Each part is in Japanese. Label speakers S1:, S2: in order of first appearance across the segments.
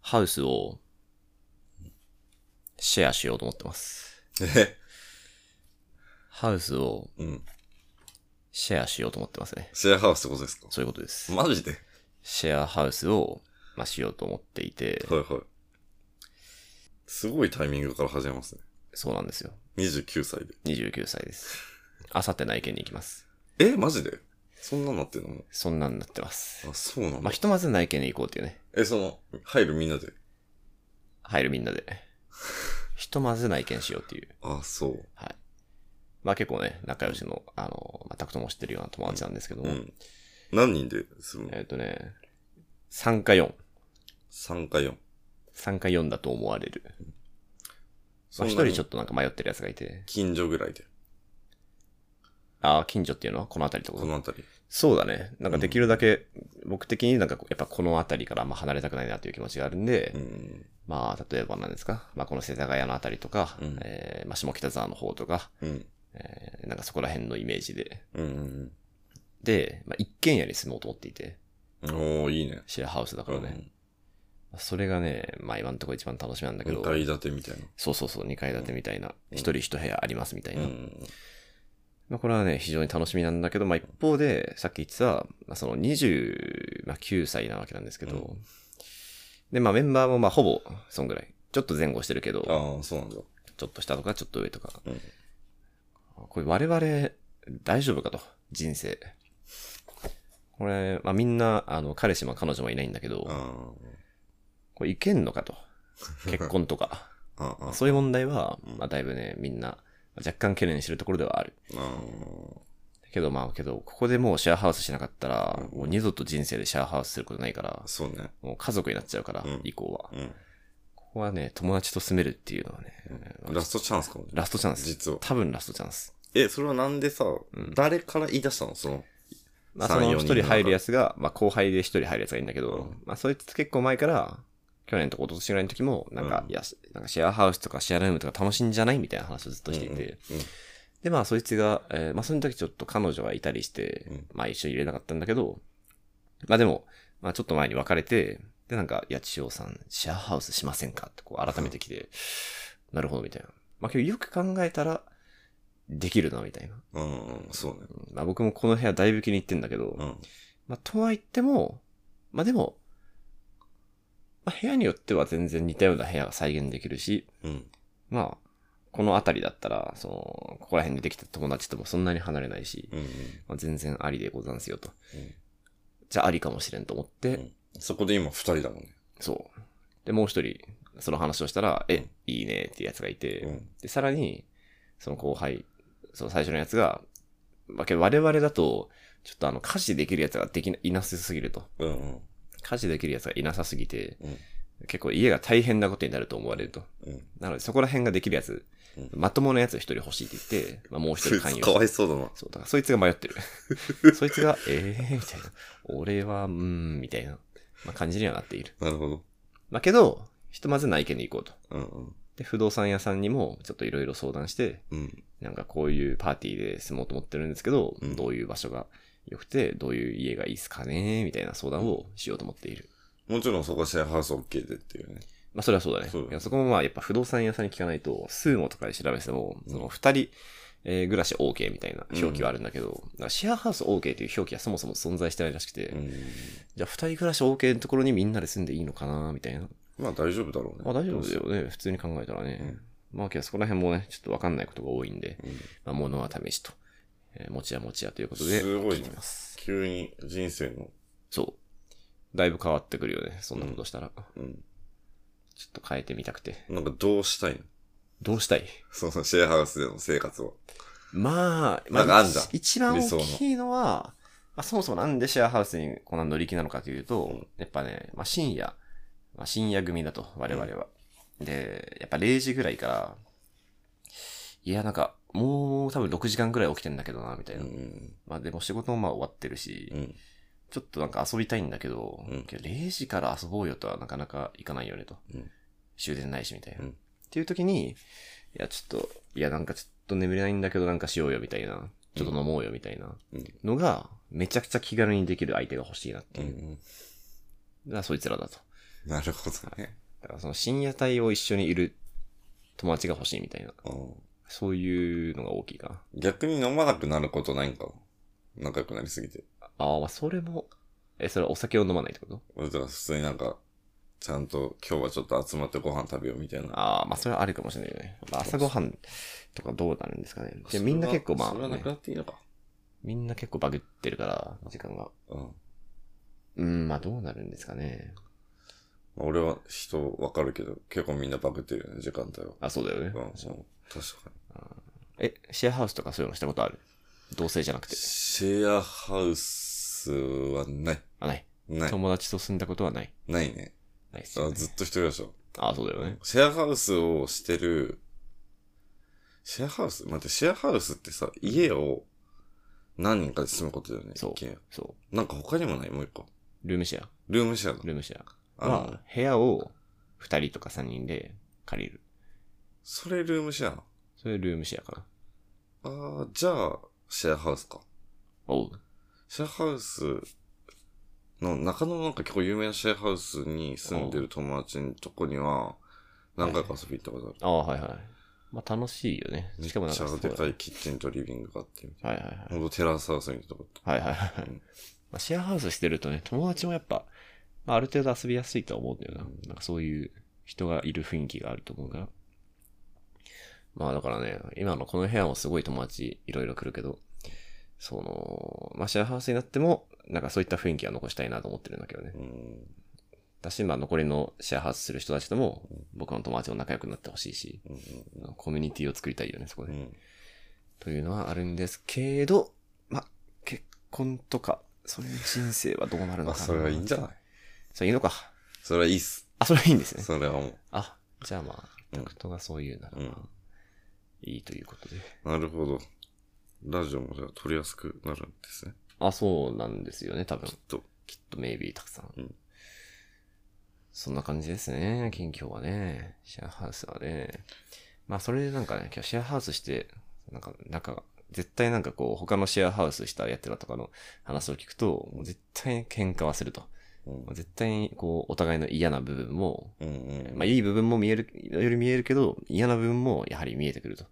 S1: ハウスをシェアしようと思ってます。
S2: え
S1: ハウスを
S2: うん。
S1: シェアしようと思ってますね。
S2: シェアハウスってことですか
S1: そういうことです。
S2: マジでは
S1: シェアハウスを、まあ、しようと思っていて、
S2: いはい。すごいタイミングから始めますね。
S1: そうなんですよ。
S2: 29歳で。
S1: 29歳です。あさって内見に行きます。
S2: えマジでそんなんなってんのもう
S1: そんなんなってます。
S2: あ、そうなん
S1: まあ、
S2: だ。
S1: ひとまず内見に行こうっていうね。
S2: え、その、入るみんなで。
S1: 入るみんなで。ひとまず内見しようっていう。
S2: あ、そう。
S1: はい。まあ結構ね、仲良しの、あの、まあ、タクトも知ってるような友達なんですけど
S2: う
S1: も、
S2: ん。何人でするの
S1: えっ、とね、3か4。
S2: ?3 か4。
S1: 3か4だと思われる。まあ、1人ちょっとなんか迷ってるやつがいて。
S2: 近所ぐらいで。
S1: ああ、近所っていうのはこの辺りって
S2: こ
S1: こと
S2: の辺り。
S1: そうだね。なんかできるだけ、僕的になんかこうやっぱこの辺りからあんま離れたくないなという気持ちがあるんで、
S2: うん。
S1: まあ例えば何ですか、まあこの世田谷の辺りとか、
S2: うん
S1: えーまあ下北沢の方とか、
S2: うん。
S1: えーなんかそこら辺のイメージで。
S2: うん。
S1: で、まあ一軒家に住もうと思っていて、
S2: おー、いいね。
S1: シェアハウスだからね。
S2: うん
S1: それがね、まあ今のところ一番楽しみなんだけど、
S2: 二階建てみたいな。
S1: そうそうそう、2階建てみたいな、
S2: うん
S1: 一人一部屋ありますみたいな。
S2: うん。
S1: まあこれはね、非常に楽しみなんだけど、まあ一方で、さっき言ってた、まあ、その29歳なわけなんですけど、
S2: う
S1: で、まあメンバーもまあほぼ、そんぐらい。ちょっと前後してるけど、
S2: ああ、そうなんだ。
S1: ちょっと下とかちょっと上とか。
S2: うん
S1: これ我々、大丈夫かと、人生。これ、まあみんな、あの、彼氏も彼女もいないんだけど、
S2: あ
S1: これいけんのかと。結婚と か。
S2: あ。ああ。ああ
S1: そういう問題は
S2: うん、
S1: まあ、だいぶね、みんな、若干懸念してるところではある。けど、まあ、けど、ここでもうシェアハウスしなかったら、
S2: うん
S1: もう二度と人生でシェアハウスすることないから
S2: あ。、そうね。
S1: もう家族になっちゃうから、
S2: うん
S1: 以降は。
S2: うん。
S1: ここはね、友達と住めるっていうのはね、
S2: ラストチャンスかもね。
S1: ラストチャンス。
S2: 実は。
S1: 多分ラストチャンス。
S2: え、それはなんでさ、
S1: ん
S2: 誰から言い出したのその、
S1: まあ、
S2: 三
S1: その
S2: 四
S1: 一
S2: 人の
S1: 人
S2: 中
S1: 入るやつが、まあ、後輩で一人入るやつがいるんだけど、
S2: うん
S1: まあ、そいつ結構前から、去年とか一昨年ぐらいの時も、なんか、
S2: うん
S1: いや、なんかシェアハウスとかシェアルームとか楽しいんじゃないみたいな話をずっとしていて、
S2: うんうん
S1: で、まあ、そいつが、えーまあ、その時ちょっと彼女がいたりして、
S2: うん
S1: まあ、一緒に入れなかったんだけど、まあ、でも、まあ、ちょっと前に別れて、で、なんか、いや、千代さん、シェアハウスしませんかって、こう、改めてきて、なるほど、みたいな。まあ、けどよく考えたら、できるな、みたいな。
S2: うん、うん、そうね。
S1: うんまあ、僕もこの部屋だいぶ気に入ってんだけど、
S2: うん。
S1: まあ、とは言っても、まあでも、まあ、部屋によっては全然似たような部屋が再現できるし、
S2: うん。
S1: まあ、この辺りだったら、その、ここら辺でできた友達ともそんなに離れないし、
S2: うん。
S1: まあ、全然ありでござんすよと。
S2: うん
S1: じゃあありかもしれんと思って、
S2: うんそこで今二人だもんね。
S1: そう。で、もう一人、その話をしたら、
S2: う
S1: え
S2: ん、
S1: いいねっていうやつがいて、
S2: うん。
S1: で、さらに、その後輩、その最初のやつが、まあけど我々だと、ちょっとあの、家事できるやつができな、いなさすぎると。
S2: うん。うん
S1: 家事できるやつがいなさすぎて、
S2: うん
S1: 結構家が大変なことになると思われると。
S2: うん。
S1: なのでそこら辺ができるやつ、
S2: うん
S1: まともなやつ一人欲しいって言って、まあ、もう一
S2: そ
S1: 人
S2: い
S1: 関与
S2: つか
S1: し
S2: わ
S1: て。
S2: いそうだな。
S1: そう、だからそいつが迷ってる。 そいつが、ええー、みたいな。俺は、うーん、みたいな、まあ、感じにはなっている。
S2: なるほど。
S1: まあ、けど、ひとまず内見に行こうと。
S2: うんうん。
S1: で、不動産屋さんにもちょっといろいろ相談して、
S2: うん。
S1: なんかこういうパーティーで住もうと思ってるんですけど、
S2: うん
S1: どういう場所が良くて、どういう家がいいっすかねみたいな相談をしようと思っている。
S2: もちろんそこはシェアハウス OK でっていうね。
S1: まあ、それはそうだね。
S2: そうだね
S1: いやそこもまあ、やっぱ不動産屋さんに聞かないと、スーモとかで調べても、その二人、えー暮らし OK みたいな表記はあるんだけど、だからシェアハウス OK という表記はそもそも存在してないらしくて、
S2: うん。
S1: じゃあ二人暮らし OK のところにみんなで住んでいいのかなみたいな。
S2: まあ大丈夫だろうね。
S1: まあ大丈夫だよね、普通に考えたらね。まあけどそこら辺もね、ちょっとわかんないことが多いんで、
S2: うん。うん
S1: まあ物は試しと、えー持ちは持ちやということで、
S2: すごいね
S1: 聞きます。
S2: 急に人生の、
S1: そう。だいぶ変わってくるよね、そんなことしたら。ちょ
S2: うん。
S1: っと変えてみたくて。
S2: なんかどうしたいの
S1: どうしたい
S2: そのシェアハウスでの生活は。
S1: まあ、ま
S2: なんかあん
S1: 一
S2: じゃん
S1: 一番
S2: 理想
S1: 大
S2: の
S1: きいのは、まあ、そもそもなんでシェアハウスにこんな乗り気なのかというと、
S2: うん
S1: やっぱね、まあ、深夜、まあ、深夜組だと、我々は。で、やっぱ0時ぐらいから、いや、なんか、もう多分6時間ぐらい起きてんだけどな、みたいうな。
S2: ん。
S1: まあでも仕事もまあ終わってるし、
S2: うん。
S1: ちょっとなんか遊びたいんだけど、
S2: うん
S1: けど0時から遊ぼうよとはなかなかいかないよねと。
S2: うん
S1: 終電ないしみたいな。
S2: うん
S1: っていう時に、いやちょっと、いやなんかちょっと眠れないんだけどなんかしようよみたいな。ちょっと飲もうよみたいな
S2: うん
S1: のが、めちゃくちゃ気軽にできる相手が欲しいなって
S2: う
S1: いう。
S2: ん。
S1: がそいつらだと。
S2: なるほどね。
S1: だからその深夜帯を一緒にいる友達が欲しいみたいな、
S2: うん
S1: そういうのが大きいかな。
S2: 逆に飲まなくなることないんかな仲良くなりすぎて。
S1: ああ、まあそれも、え、それはお酒を飲まないってこと
S2: 俺とか普通になんか、ちゃんと今日はちょっと集まってご飯食べようみたいな。
S1: ああ、まあそれはあるかもしれないよね。まあ朝ごはんとかどうなるんですかね。で、
S2: それは
S1: みんな結構まあ
S2: それ
S1: ね、
S2: はなくなっていいのか。
S1: みんな結構バグってるから、時間が。
S2: うん。
S1: うん、まあどうなるんですかね。
S2: まあ俺は人わかるけど、結構みんなバグってるよね、時間帯は。
S1: あ、そうだよね。
S2: うん、うん確
S1: そう
S2: かに。
S1: え、シェアハウスとかそういうのしたことある同性じゃなくて。
S2: シェアハウスはない。
S1: あ、ない。
S2: ない。
S1: 友達と住んだことはない。
S2: ないね。
S1: ないっすよ
S2: あ
S1: ね
S2: ずっと一人でしょ。
S1: ああ、そうだよね。
S2: シェアハウスをしてる、シェアハウス待って、シェアハウスってさ、家を何人かで住むことだよね。
S1: そう
S2: 一軒家
S1: そ
S2: なんか他にもないもう一個。
S1: う。ルームシェア。
S2: ルームシェアだ。
S1: ルームシェア。
S2: あの
S1: は、部屋を2人とか3人で借りる。
S2: それルームシェアなの
S1: それルームシェアかな。
S2: あー、じゃあ、シェアハウスか。
S1: おう。
S2: シェアハウスの中野のなんか結構有名なシェアハウスに住んでる友達のとこには、何回か遊び行ったことある。
S1: ああ、はいはい。まあ楽しいよね。
S2: めっ
S1: し
S2: ち
S1: かもなんか
S2: ゃ
S1: そう
S2: で
S1: だ
S2: かいキッチンとリビングがあってみたい
S1: はいはいはい。
S2: な。ほんとテラスハウスみたいなとこって。
S1: はいはいはい。
S2: うん
S1: まあ、シェアハウスしてるとね、友達もやっぱ、まあ、ある程度遊びやすいとは思うんだよな。なんかそういう人がいる雰囲気があると思うから。まあだからね、今のこの部屋もすごい友達いろいろ来るけど、その、まあシェアハウスになっても、なんかそういった雰囲気は残したいなと思ってるんだけどね。
S2: うん。
S1: だし、まあ残りのシェアハウスする人たちとも、僕の友達も仲良くなってほしいし、
S2: うん
S1: コミュニティを作りたいよね、そこ
S2: う
S1: で。
S2: ん。
S1: というのはあるんですけど、まあ、結婚とか、そういう人生はどうなる
S2: うん。
S1: の
S2: あ、
S1: かな。
S2: それはいいんじゃない
S1: それいいのか。
S2: それはいいっす。
S1: あ、それはいいんですね。
S2: それはも
S1: あ、じゃあまあ、
S2: う
S1: タ
S2: ん
S1: クトがそういうなら、
S2: うん
S1: まあ、いいということで。
S2: う。なるほど。ラジオもじゃあ撮りやすくなるんですね。
S1: あ、そうなんですよね、多分。
S2: と。
S1: きっと、メイビーたくさん。
S2: うん
S1: そんな感じですね、近況はね。シェアハウスはね。まあ、それでなんかね、今日シェアハウスして、なんか、なんか、絶対なんかこう、他のシェアハウスしたやつらとかの話を聞くと、もう絶対喧嘩はすると。
S2: うん
S1: もう絶対に、こう、お互いの嫌な部分も、
S2: うんうん。
S1: まあ、いい部分も見える、より見えるけど、嫌な部分もやはり見えてくると。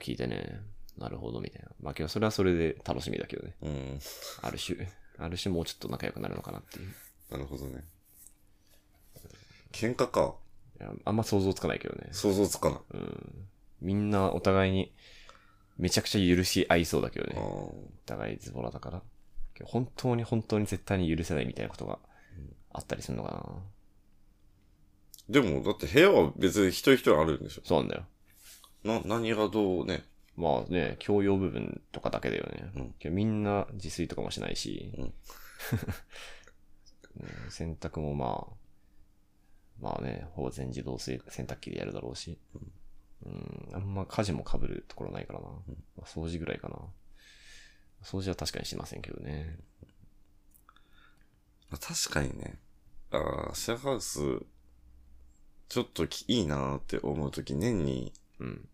S1: 聞いてね、なるほど、みたいな。まあ、今日それはそれで楽しみだけどね。
S2: うんうん。うん。
S1: ある種、ある種もうちょっと仲良くなるのかなっていう。い
S2: なるほどね。喧嘩か。
S1: やあんま想像つかないけどね。
S2: 想像つかない。
S1: うん。みんなお互いに、めちゃくちゃ許し合いそうだけど
S2: あ
S1: ね。
S2: ー
S1: お互いズボラだから。本当に本当に絶対に許せないみたいなことがあったりするのかな。
S2: でも、だって部屋は別に一人一人あるんでしょ
S1: そうなんだよ。
S2: な、何がどうね。
S1: まあね、教養部分とかだけだよね。
S2: うん
S1: 今日みんな自炊とかもしないし、
S2: うん
S1: うん洗濯もまあ、まあね、ほぼ全自動水洗濯機でやるだろうし、うん、あんま家事も被るところないからな。
S2: ん
S1: まあ掃除ぐらいかな。掃除は確かにしませんけどね。
S2: まあ確かにね。ああ、シェアハウス、ちょっときいいなーって思うとき、年に
S1: うん。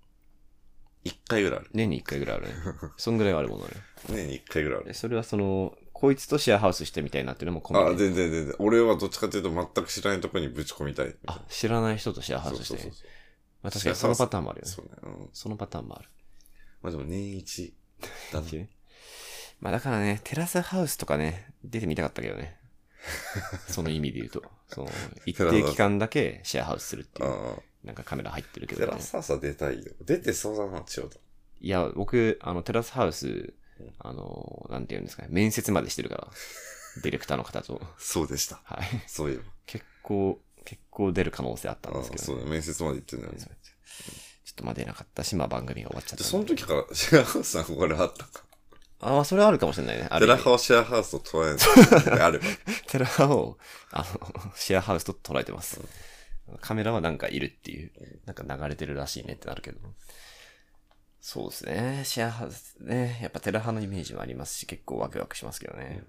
S2: 1回ぐらいある。
S1: 年に一回ぐらいある ね。そんぐらいはあるものね。
S2: 年に1回ぐらいあ
S1: で
S2: る。
S1: それはその、こいつとシェアハウスしてみたいなっていうのも込
S2: ああ、
S1: みで。
S2: 全然全然。俺はどっちかっていうと全く知らないとこにぶち込みたい。
S1: あ、知らない人とシェアハウ
S2: そう
S1: スし
S2: そう
S1: て
S2: そう。。
S1: まあ確かにそのパターンもあるよね。
S2: そうね。うん。
S1: そのパターンもある。
S2: まあでも年一だね。
S1: まあだからね、テラスハウスとかね、出てみたかったけど ね。その意味で言うと。その、一定期間だけシェアハウスするっていう。
S2: あ
S1: なんかカメラ入ってるけ
S2: あ、
S1: ど
S2: テ
S1: ね、
S2: ラサーサ出たいよ。出てそうだな、千代田。
S1: いや、僕、あの、テラスハウス
S2: うん、
S1: あの、なんて言うんですかね、面接までしてる から。ディレクターの方と。
S2: そうでした。
S1: はい。
S2: そういえば。
S1: 結構、結構出る可能性あったんですけ
S2: ああそ
S1: ど
S2: う
S1: ね、
S2: だね。面接まで行ってんだよね
S1: そ。うちょっとまあ出なかったし、まあ番組が終わっちゃったん
S2: で、
S1: で。
S2: その時からシェアハウスの憧れあったか。
S1: あ、まあそれはあるかもしれないね。あ
S2: テ
S1: る意
S2: ラ
S1: 味
S2: ハをシェアハウスと捉え ない。あれば。
S1: テラハを、あの、シェアハウスと捉えてます。カメラはなんかいるっていう、なんか流れてるらしいねってなるけど。そうですね。シェアハウスね。やっぱテラハのイメージもありますし、結構ワクワクしますけどね。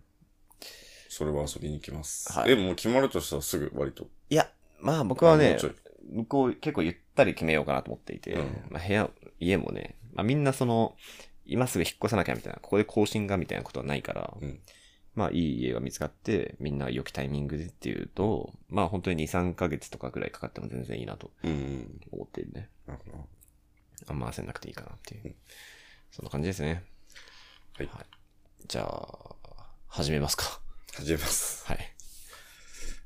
S2: それは遊びに行きます。
S1: はい
S2: え、もう決まるとしたらすぐ割と。
S1: いや、まあ僕は
S2: あも
S1: ね
S2: うちょい、
S1: 向こう結構ゆったり決めようかなと思っていて、
S2: うん
S1: まあ部屋、家もね、まあみんなその、今すぐ引っ越さなきゃみたいな、ここで更新がみたいなことはないから、
S2: うん。
S1: まあいい家が見つかって、みんな良きタイミングでっていうと、まあ本当に2、3ヶ月とかぐらいかかっても全然いいなと
S2: うん。
S1: 思ってるね。
S2: なるほど。
S1: あんま焦んなくていいかなっていう。そんな感じですね。
S2: はい。
S1: じゃあ、始めます か。
S2: 始めます。
S1: はい。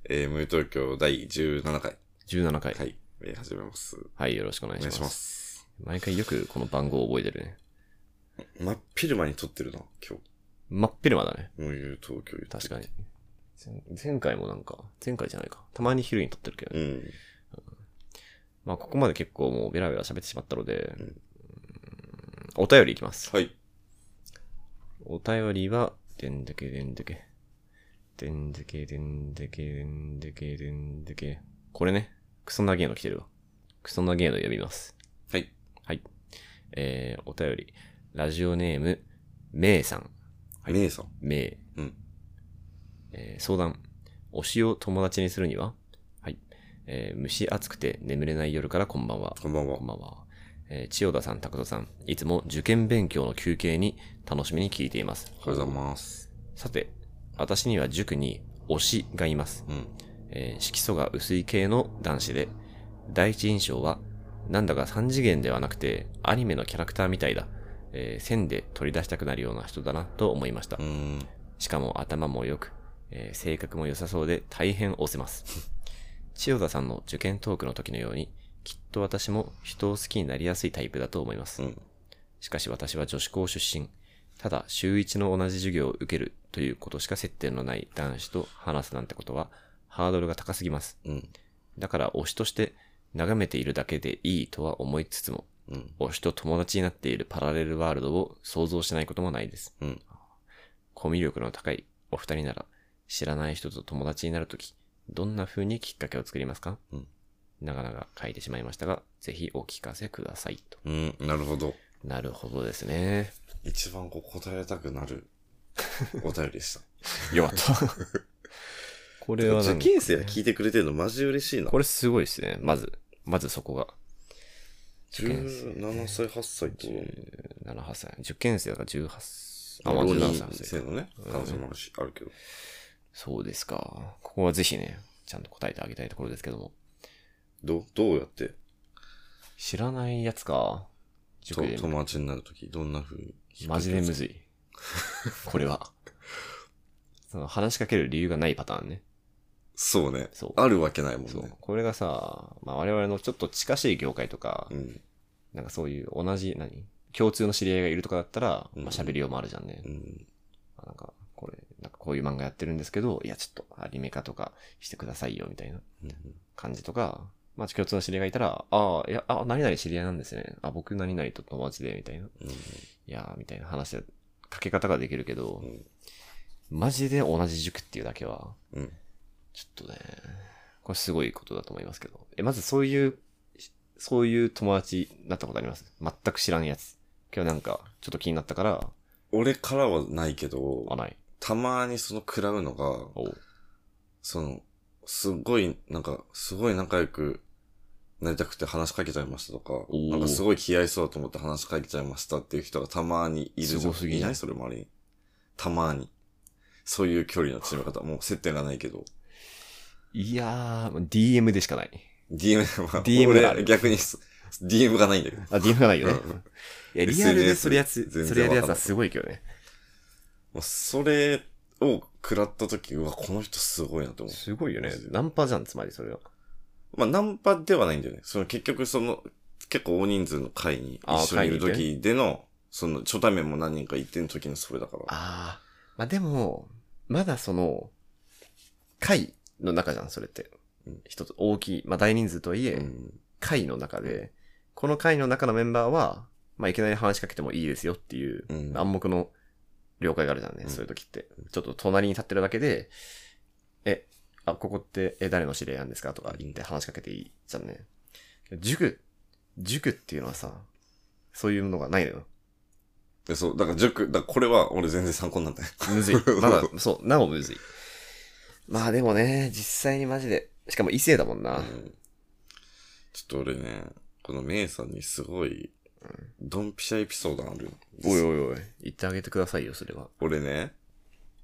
S2: えー、無東京第17回。
S1: 17回。
S2: は
S1: はい、
S2: い。えー、始めます。
S1: よろしくお願
S2: お
S1: いしま
S2: 願い
S1: す。
S2: します。
S1: 毎回よくこの番号覚えてるね。
S2: 真っ昼間に撮ってるな、今
S1: 真っ昼間だね。
S2: 日。もう言う東京言って
S1: 確かに。。前前回もなんか、前回じゃないか。たまに昼に撮ってるけど、
S2: うん。
S1: まあここまで結構もうベラベラ喋ってしまったので、
S2: うん
S1: うーんお便りいきます。
S2: はい。
S1: お便りは、でんでけでんでけ。でんでけでんでけでんでけでんでけ。これね、クソなげーの来てるわ。クソなげーの読みます。
S2: はい。
S1: はい。えー、お便り。ラジオネーム、めいさん。
S2: 姉さん。
S1: めい。
S2: うん。
S1: えー相談。推しを友達にするにははい。えー蒸し暑くて眠れない夜からこんばんは。
S2: こんばんは
S1: こん。ばんは。えー千代田さん、拓人さん、いつも受験勉強の休憩に楽しみに聞いています。
S2: おはようございます。
S1: さて、私には塾に推しがいます。
S2: うん。
S1: えー色素が薄い系の男子で、第一印象は、なんだか三次元ではなくて、アニメのキャラクターみたいだ。えー線で取り出したくなるような人だなと思いました
S2: う。ん。
S1: しかも頭も良く、えー性格も良さそうで大変押せます。 千代田さんの受験トークの時のように、きっと私も人を好きになりやすいタイプだと思います
S2: う。ん。
S1: しかし私は女子校出身。ただ、週一の同じ授業を受けるということしか接点のない男子と話すなんてことは、ハードルが高すぎます。
S2: うん。
S1: だから推しとして、眺めているだけでいいとは思いつつも、
S2: うん。
S1: 推しと友達になっているパラレルワールドを想像しないこともないです。
S2: うん
S1: コミュ力の高いお二人なら、知らない人と友達になるとき、どんな風にきっかけを作りますか、
S2: うん
S1: 長々書いてしまいましたが、ぜひお聞かせくださいと。
S2: うん。なるほど。
S1: なるほどですね。
S2: 一番こう答えたくなるお便りでした。
S1: よか った。これはなん
S2: 受
S1: か
S2: 験生が聞いてくれてるのマジ嬉しいな。
S1: これすごいですね。まず、まずそこが。受験生
S2: 17歳、8歳ってこと
S1: 17歳。受験生だから18歳。あ、
S2: ま
S1: ま
S2: あ
S1: あ
S2: 浪
S1: 17
S2: 人
S1: 歳。
S2: 生のね、可能性もあるし、あるけど。
S1: そうですか。ここはぜひね、ちゃんと答えてあげたいところですけども。
S2: どう、どうやって、
S1: 知らないやつか。
S2: と
S1: 塾で。
S2: 友達になるとき、どんな風に。
S1: マジでむずい。これは。その話しかける理由がないパターンね。
S2: そうね
S1: そう。
S2: あるわけないもん
S1: そう
S2: ね。。
S1: これがさ、まあ我々のちょっと近しい業界とか、
S2: うん。
S1: なんかそういう同じ、何共通の知り合いがいるとかだったら、
S2: うん
S1: まあ喋りようもあるじゃんね。
S2: うん。
S1: あなんか、これ、なんかこういう漫画やってるんですけど、いやちょっとアニメ化とかしてくださいよみたいな。
S2: うん
S1: 感じとか、まあ、共通の知り合いがいたら、ああ、いや、あ、何々知り合いなんですね。あ、僕何々と友達で、みたいな。い
S2: うん
S1: やー、みたいな話で、かけ方ができるけど
S2: う、ん。
S1: マジで同じ塾っていうだけは、
S2: うん。
S1: ちょっとね、これすごいことだと思いますけど。え、まずそういう、そういう友達になったことあります全く知らんやつ。今日なんか、ちょっと気になったから、
S2: 俺からはないけ
S1: あ、
S2: ど、
S1: ない。
S2: たまにその食らうのが、
S1: おう
S2: その、すっごい、なんか、すごい仲良くなりたくて話しかけちゃいましたとか、
S1: ー
S2: なんかすごい気合いそうだと思って話しかけちゃいましたっていう人がたまにいるじゃん
S1: すごすぎる
S2: いないそれ周りに。たまに。そういう距離の縮め方。もう接点がないけど。
S1: いやー、DM でしかない。
S2: DM、まあ、
S1: DM がある
S2: 俺逆にす、DM がないんだけど。
S1: あ、DM がないよね。 いや、リアルで
S2: SNS
S1: それや
S2: 全然
S1: つ、それやるやつ
S2: わかんな
S1: はいすごいけどね。
S2: もうそれを食らった時、うわ、この人すごいなと思う。
S1: すごいよね
S2: マジ。で
S1: ナンパじゃん、つまりそれは。
S2: まあ、ナンパではないんだよね。その結局その、結構大人数の会に一緒にいる
S1: あー会に
S2: 時での、その、初対面も何人か行ってん時のそれだから。
S1: ああ。まあでも、まだその、会の中じゃん、それって
S2: うん。
S1: 一つ大きい、まあ大人数とはいえ、
S2: うん。
S1: 会の中で、この会の中のメンバーは、まあいきなり話しかけてもいいですよっていう
S2: うん
S1: 暗黙の了解があるじゃんね、
S2: うん
S1: そういう時って。ちょっと隣に立ってるだけで、え、あ、ここって、え、誰の知り合いなんですかとか言って話しかけていいじゃんね。塾、塾っていうのはさ、そういうのがないのよ。
S2: でそう、だから塾、だからこれは俺全然参考になってない。
S1: む ずい。まだ、そう、なおむずい。まあでもね、実際にマジで。しかも異性だもんな。
S2: うんちょっと俺ね、このメイさんにすごい、ドンピシャエピソードある。
S1: おいおいおい。言ってあげてくださいよ、それは。
S2: 俺ね、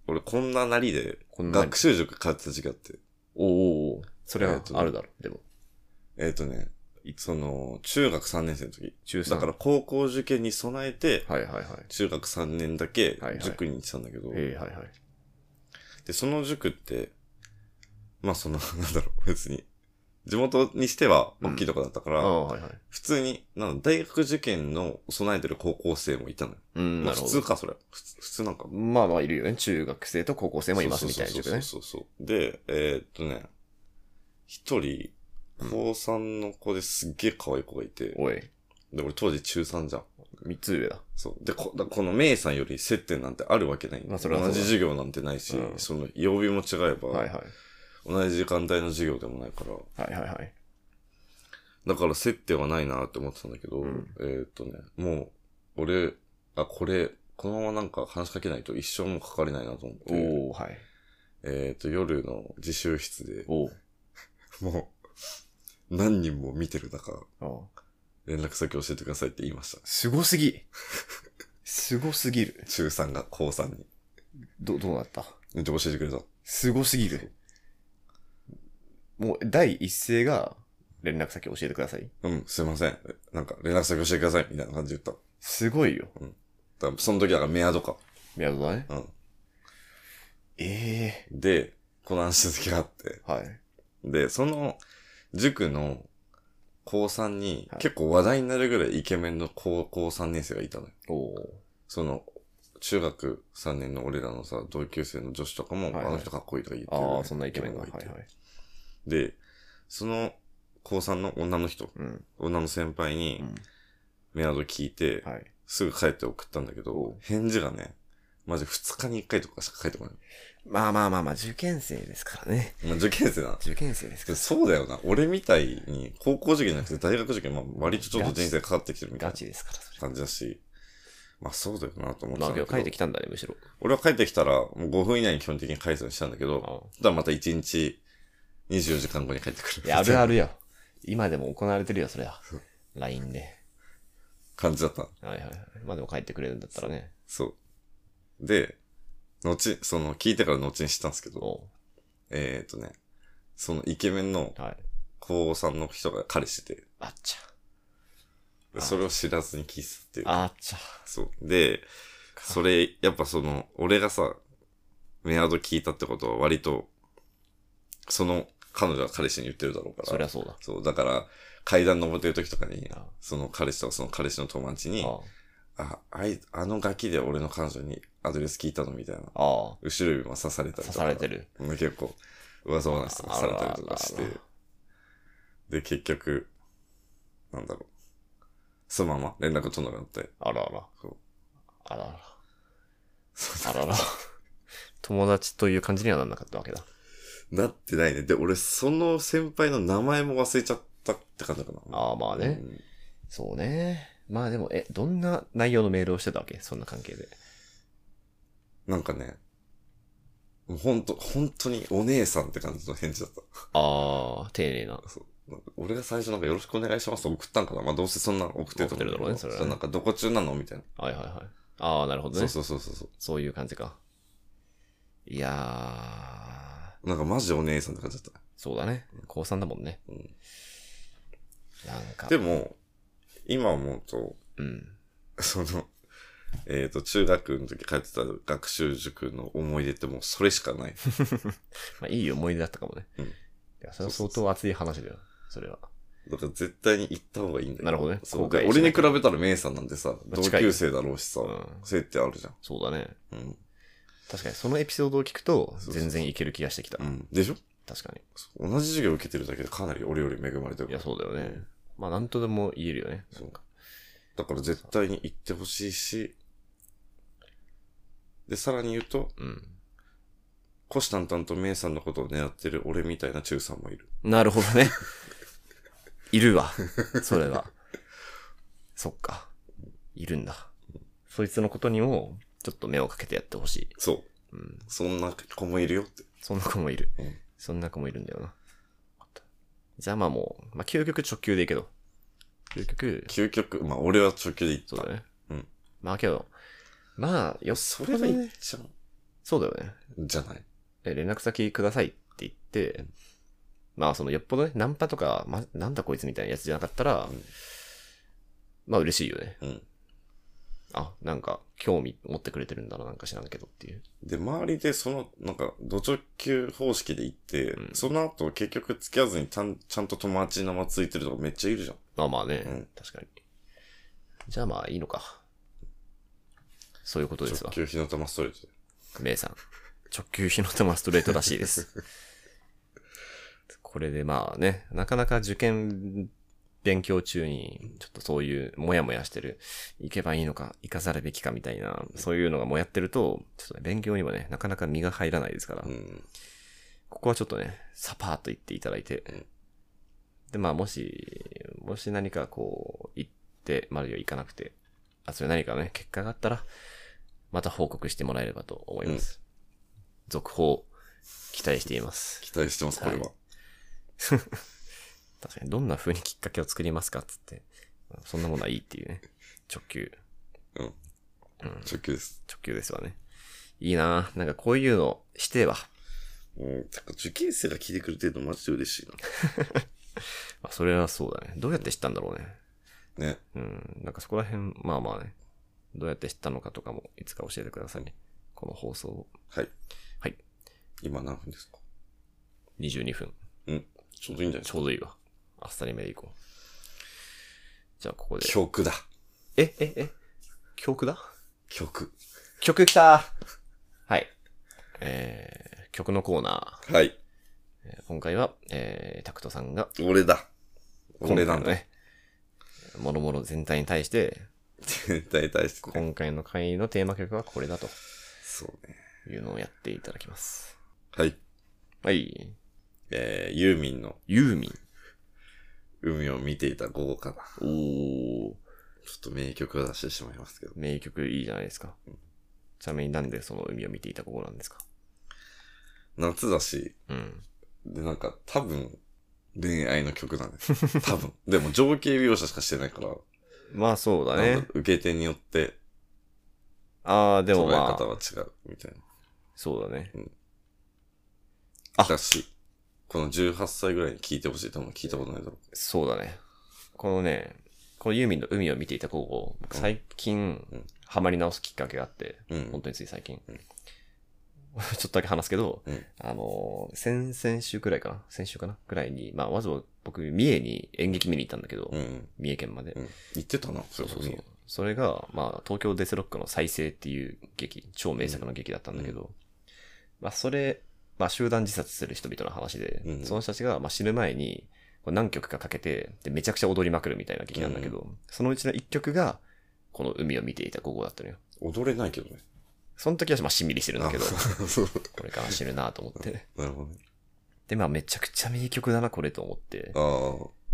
S2: 俺こんななりで、
S1: こんなに
S2: 学。習塾通ってた時期あって。
S1: おーおーおーそれはあるだろう、でも。
S2: えっ、とね、その、中学3年生の時。
S1: 中3。
S2: だから高校受験に備えて、
S1: はいはいはい。
S2: 中学3年だけ
S1: はいはい
S2: 塾に行ってたんだけど、
S1: ええはいはい。
S2: で、その塾って、まあその、 なんだろう、別に。地元にしては大きいとこだったか
S1: あ
S2: ら、
S1: あ、はいはい。
S2: 普通に、なんだ大学受験の備えてる高校生もいたのよ。
S1: うん、な
S2: まあ
S1: る
S2: 普
S1: ほ
S2: 通
S1: ど。
S2: か、それ。普通普通なんか。
S1: まあまあいるよね。中学生と高校生もいますみたいな塾ね。
S2: そうそうそうそうそう。で、えーっとね、一人、
S1: うん
S2: 高3の子ですっげえ可愛い子がいて、
S1: おい、
S2: で、俺当時中3じゃん。
S1: 三つ上だ。
S2: そう。で、こだこのメイさんより接点なんてあるわけない。
S1: まあそれはそう
S2: 同
S1: だ
S2: じ授業なんてないし、
S1: うん
S2: その曜日も違えば、
S1: はいはい。
S2: 同じ時間帯の授業でもないから、
S1: はいはいはい。
S2: だから接点はないなって思ってたんだけど、
S1: うん
S2: えーっとね、もう、俺、あ、これ、このままなんか話しかけないと一生もかかれないなと思って、
S1: おおはい。
S2: えーっと、夜の自習室で、
S1: おお
S2: もう、何人も見てる中、
S1: ああ
S2: 連絡先教えてくださいって言いました。
S1: すごすぎ。すごすぎる。
S2: 中3が高3に。
S1: ど、どうなった
S2: で、教えてくれた。
S1: すごすぎる。もう、第一声が、連絡先教えてください。
S2: うん、すいません。なんか、連絡先教えてください。みたいな感じで言っ
S1: すごいよ。
S2: た。だからその時だからメアドか。
S1: 宮戸だね。
S2: うん。
S1: ええ
S2: で、この話した時があって。
S1: はい。
S2: で、その、塾の、高3に
S1: はい、
S2: 結構話題になるぐらいイケメンの高校3年生がいたのよ。
S1: おお
S2: その、中学3年の俺らのさ、同級生の女子とかも、
S1: いはい
S2: あの人かっこいいとか言ってる。
S1: ああ、そんなイケメンが。はいは
S2: て
S1: い。
S2: で、その、高3の女の人、
S1: うん。
S2: 女の先輩に
S1: う、ん。
S2: メアド聞いて、
S1: はい。
S2: すぐ帰って送ったんだけ
S1: お
S2: ど
S1: う、
S2: 返事がね、マジ2日に1回とかしか返ってこない。
S1: まあまあまあまあ、受験生ですからね。
S2: まあ、受験生だな。
S1: 受験生ですか
S2: そうだよな。俺みたいに、高校受験じゃなくて大学受験、まあ、割とちょっと人生かかってきてるみ
S1: ら。ガ
S2: たいな
S1: チですから、それ。
S2: 感じだし、まあそうだよなと思って
S1: まあ、
S2: たんだ
S1: 今
S2: け
S1: 日書い
S2: ど
S1: てき、たんだね、むしろ。
S2: 俺は帰ってきたら、もう5分以内に基本的に解散したんだけど、
S1: あ
S2: ただまた1日24時間後に帰ってくる。
S1: あるあ
S2: る。
S1: るよ。今でも行われてるよ、そりゃ。LINE で。
S2: 感じだった。
S1: はいはいはい。まあでも帰ってくれるんだったらね。
S2: そう。で、後、その、聞いてから後に知ったんですけど、
S1: おう
S2: えー、っとね、そのイケメンの
S1: はい。
S2: 高3の人が彼氏で、
S1: あっち
S2: でそれを知らずに聞いてたっていう
S1: ゃ。。あっちゃ。
S2: そう。で、それ、やっぱその、俺がさ、メアド聞いたってことは割と、その、彼女が彼氏に言ってるだろうから。
S1: そりゃそうだ。
S2: そう、だから、階段登ってる時とかに
S1: あ、
S2: その彼氏とかその彼氏の友達に、
S1: あ
S2: あ、あい、あのガキで俺の彼女にアドレス聞いたのみたいな。
S1: あ。ああ。
S2: 後ろ指も刺されたり
S1: 刺
S2: とか。
S1: されてる。
S2: うん。結構、噂話とかされたりとかし
S1: あ
S2: て
S1: ららら。
S2: で、結局、なんだろう。そのまま連絡取んなくなって。
S1: あらあら
S2: そう。
S1: あらあら。
S2: そう
S1: あらあら。友達という感じにはならなかったわけだ。
S2: なってないね。で、俺、その先輩の名前も忘れちゃったって感じかな。
S1: ああ、まあね。
S2: うん
S1: そうね。まあでも、え、どんな内容のメールをしてたわけそんな関係で。
S2: なんかね、もうほんと、本当にお姉さんって感じの返事だった。
S1: ああ、丁寧な。
S2: そうなんか俺が最初なんかよろしくお願いしますと送ったんかな。まあどうせそんなの送ってると思うけど。
S1: 送ってるだろうねそれはね
S2: なんかどこ中なのみたいな。
S1: はいはいはい。ああ、なるほど
S2: そ
S1: ね。
S2: う
S1: そう
S2: そうそうそうそ
S1: いう感じか。いやー、
S2: う。なんかマジお姉さんって感じだっ
S1: そうだね。高3だもんね。
S2: うん
S1: なんか。
S2: た。でも、今思うと、
S1: うん。
S2: その、えっ、と、中学の時通ってた学習塾の思い出ってもうそれしかない。
S1: まあ、いい思い出だったかもね。
S2: うん
S1: いや、それは相当熱い話だよ。それは。
S2: だから絶対に行った方がいいんだよ。
S1: なるほどね
S2: そ
S1: 後悔
S2: う
S1: しなきゃ
S2: 俺に比べたらメイさんなんてさ、
S1: まあ
S2: 同
S1: 近い
S2: 級生だろうしさ、
S1: うん
S2: 接点あるじゃん。
S1: そうだね。
S2: うん。
S1: 確かに、そのエピソードを聞くと、
S2: そうそう
S1: 全然いける気がしてきた。
S2: うん。でしょ
S1: 確かに。
S2: そう同じ授業受けてるだけでかなり俺より恵まれて
S1: い
S2: るか
S1: や、
S2: ら。
S1: そうだよね。まあ、なんとでも言えるよね。
S2: そうだから絶対に行ってほしいし、で、さらに言うと、
S1: うん。
S2: 虎視眈々とメイさんのことを狙ってる俺みたいな中さんもいる。
S1: なるほどね。いるわ。それは。そっか。いるんだ。そいつのことにも、ちょっと目をかけてやってほしい。
S2: そう。
S1: うん。
S2: そんな子もいるよって。
S1: そんな子もいる。
S2: うん
S1: そんな子もいるんだよな。じゃあまあもう、まあ究極直球でいいけど。究極、
S2: 究極、まあ俺は直球で行った。
S1: そうだね。
S2: うん。
S1: まあけど、まあ、よっ
S2: そ
S1: ぽ
S2: れ
S1: ど
S2: がいい
S1: ね、
S2: じゃん。
S1: そうだよね。
S2: じゃない。
S1: え、連絡先くださいって言って、まあ、その、よっぽどね、ナンパとか、ま、なんだこいつみたいなやつじゃなかったら、
S2: うん
S1: まあ、嬉しいよね。
S2: うん。
S1: あ、なんか、興味持ってくれてるんだな、なんか知らんけどっていう。
S2: で、周りでその、なんか、土直球方式で行って、
S1: うん
S2: その後結局付き合わずにちゃんちゃんと友達のままついてるとかめっちゃいるじゃん。
S1: まあまあね、
S2: うん
S1: 確かに。じゃあまあ、いいのか。そういうことですわ
S2: 直。球火の玉ストレートで。
S1: メイさん。直球火の玉ストレートらしいです。これでまあね、なかなか受験勉強中に、ちょっとそういうもやもやしてる、行けばいいのか、行かざるべきかみたいな、そういうのがもやってると、ちょっとね、勉強にもね、なかなか身が入らないですから、
S2: うん。
S1: ここはちょっとね、サパーっと行っていただいて、
S2: うん
S1: でまあもし、もし何かこう、行って、まるいは行かなくて、あ、それ何かね、結果があったら、また報告してもらえればと思います。続報、期待しています。
S2: 期待してます、これは。
S1: は確かに、どんな風にきっかけを作りますかっつって。そんなものはいいっていうね。直球。
S2: うん。直球です。
S1: 直球ですわね。いいなぁなんかこういうのしてえわ。
S2: うん。てか受験生が聞いてくれてるのマジで嬉しい
S1: あ、それはそうだね。どうやって知ったんだろうね。
S2: な。ね。
S1: うん。なんかそこら辺、まあまあね。どうやって知ったのかとかも、いつか教えてくださいね。この放送を。
S2: はい。
S1: はい。
S2: 今何分ですか
S1: 22分。
S2: うん。ちょうどいいんじゃない
S1: ちょうどいいわ。あっさりめでいこう。じゃあここで。
S2: 曲だ。
S1: え、え、え教区だ
S2: 曲。
S1: 曲来たはい。えー、曲のコーナー。
S2: はい。
S1: 今回は、えー、タクトさんが、
S2: 俺だ。俺なんだ。
S1: ね、もろもろ全体に対して、
S2: 絶対 大してね。
S1: 今回の回のテーマ曲はこれだと
S2: そうね。
S1: いうのをやっていただきます。
S2: はい。
S1: はい。
S2: えー、ユーミンの
S1: ユーミン。
S2: 海を見ていた午後かな。
S1: おー。
S2: ちょっと名曲を出してしまいますけど。
S1: 名曲いいじゃないですか。ちなみになんでその海を見ていたここなんですか
S2: 夏だし、
S1: うん。
S2: で、なんか多分、恋愛の曲なんで す。多分。でも情景描写しかしてないから、
S1: まあそうだ
S2: なん
S1: ね
S2: か。受け手によって
S1: ああ、で
S2: 捉
S1: も
S2: え
S1: ま
S2: 方
S1: あ、
S2: は違うみたいな。
S1: そうだね。あ
S2: だし、この18歳ぐらいに聞いてほしいとも聞いたことないだろ
S1: そうだね。このね、このユーミンの海を見ていたここ、僕最近
S2: うん、
S1: ハマり直すきっかけがあって、
S2: う。うん。
S1: 本当につい最近。
S2: うん
S1: ちょっとだけ話すけど、
S2: うん
S1: あのー、先々週くらいかな先週かなくらいに、まあ、わざわざ僕、三重に演劇見に行ったんだけど、
S2: うん。
S1: 三重県まで。
S2: うん。言ってたな、それこそ。。
S1: それが、まあ、東京デスロックの再生っていう劇、超名作の劇だったんだけど、まあ、それ、まあ、集団自殺する人々の話で、
S2: うん
S1: その人たちが、まあ、死ぬ前に、こう何曲かかけてで、めちゃくちゃ踊りまくるみたいな劇なんだけど、そのうちの一曲が、この海を見ていた午後だったのよ。
S2: 踊れないけどね。
S1: その時は、まあ、しんみりしてるんだけど、
S2: あそう。
S1: これから死ぬなと思って。
S2: なるほどね。
S1: で、まあめちゃくちゃ名曲だな、これと思って。
S2: ああ、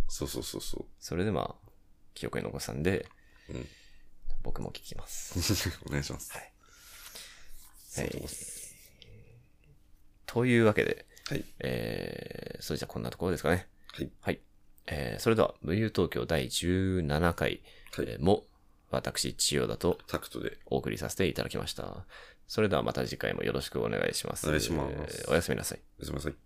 S2: そうそうそうそ
S1: それでまあ、記憶に残したんで、
S2: うん
S1: 僕も聴きます。
S2: う。お願いします。
S1: はい
S2: そう
S1: はい
S2: で
S1: というわけで、
S2: はい。
S1: えー、それじゃあこんなところですかね。
S2: はい。
S1: えー、それでは、無友東京第17回、
S2: はい
S1: えーも、私、千代田と
S2: タクトで。
S1: お送りさせていただきました。それではまた次回もよろしくお願いします。
S2: お願いします
S1: えーおやすみなさい。
S2: すみません。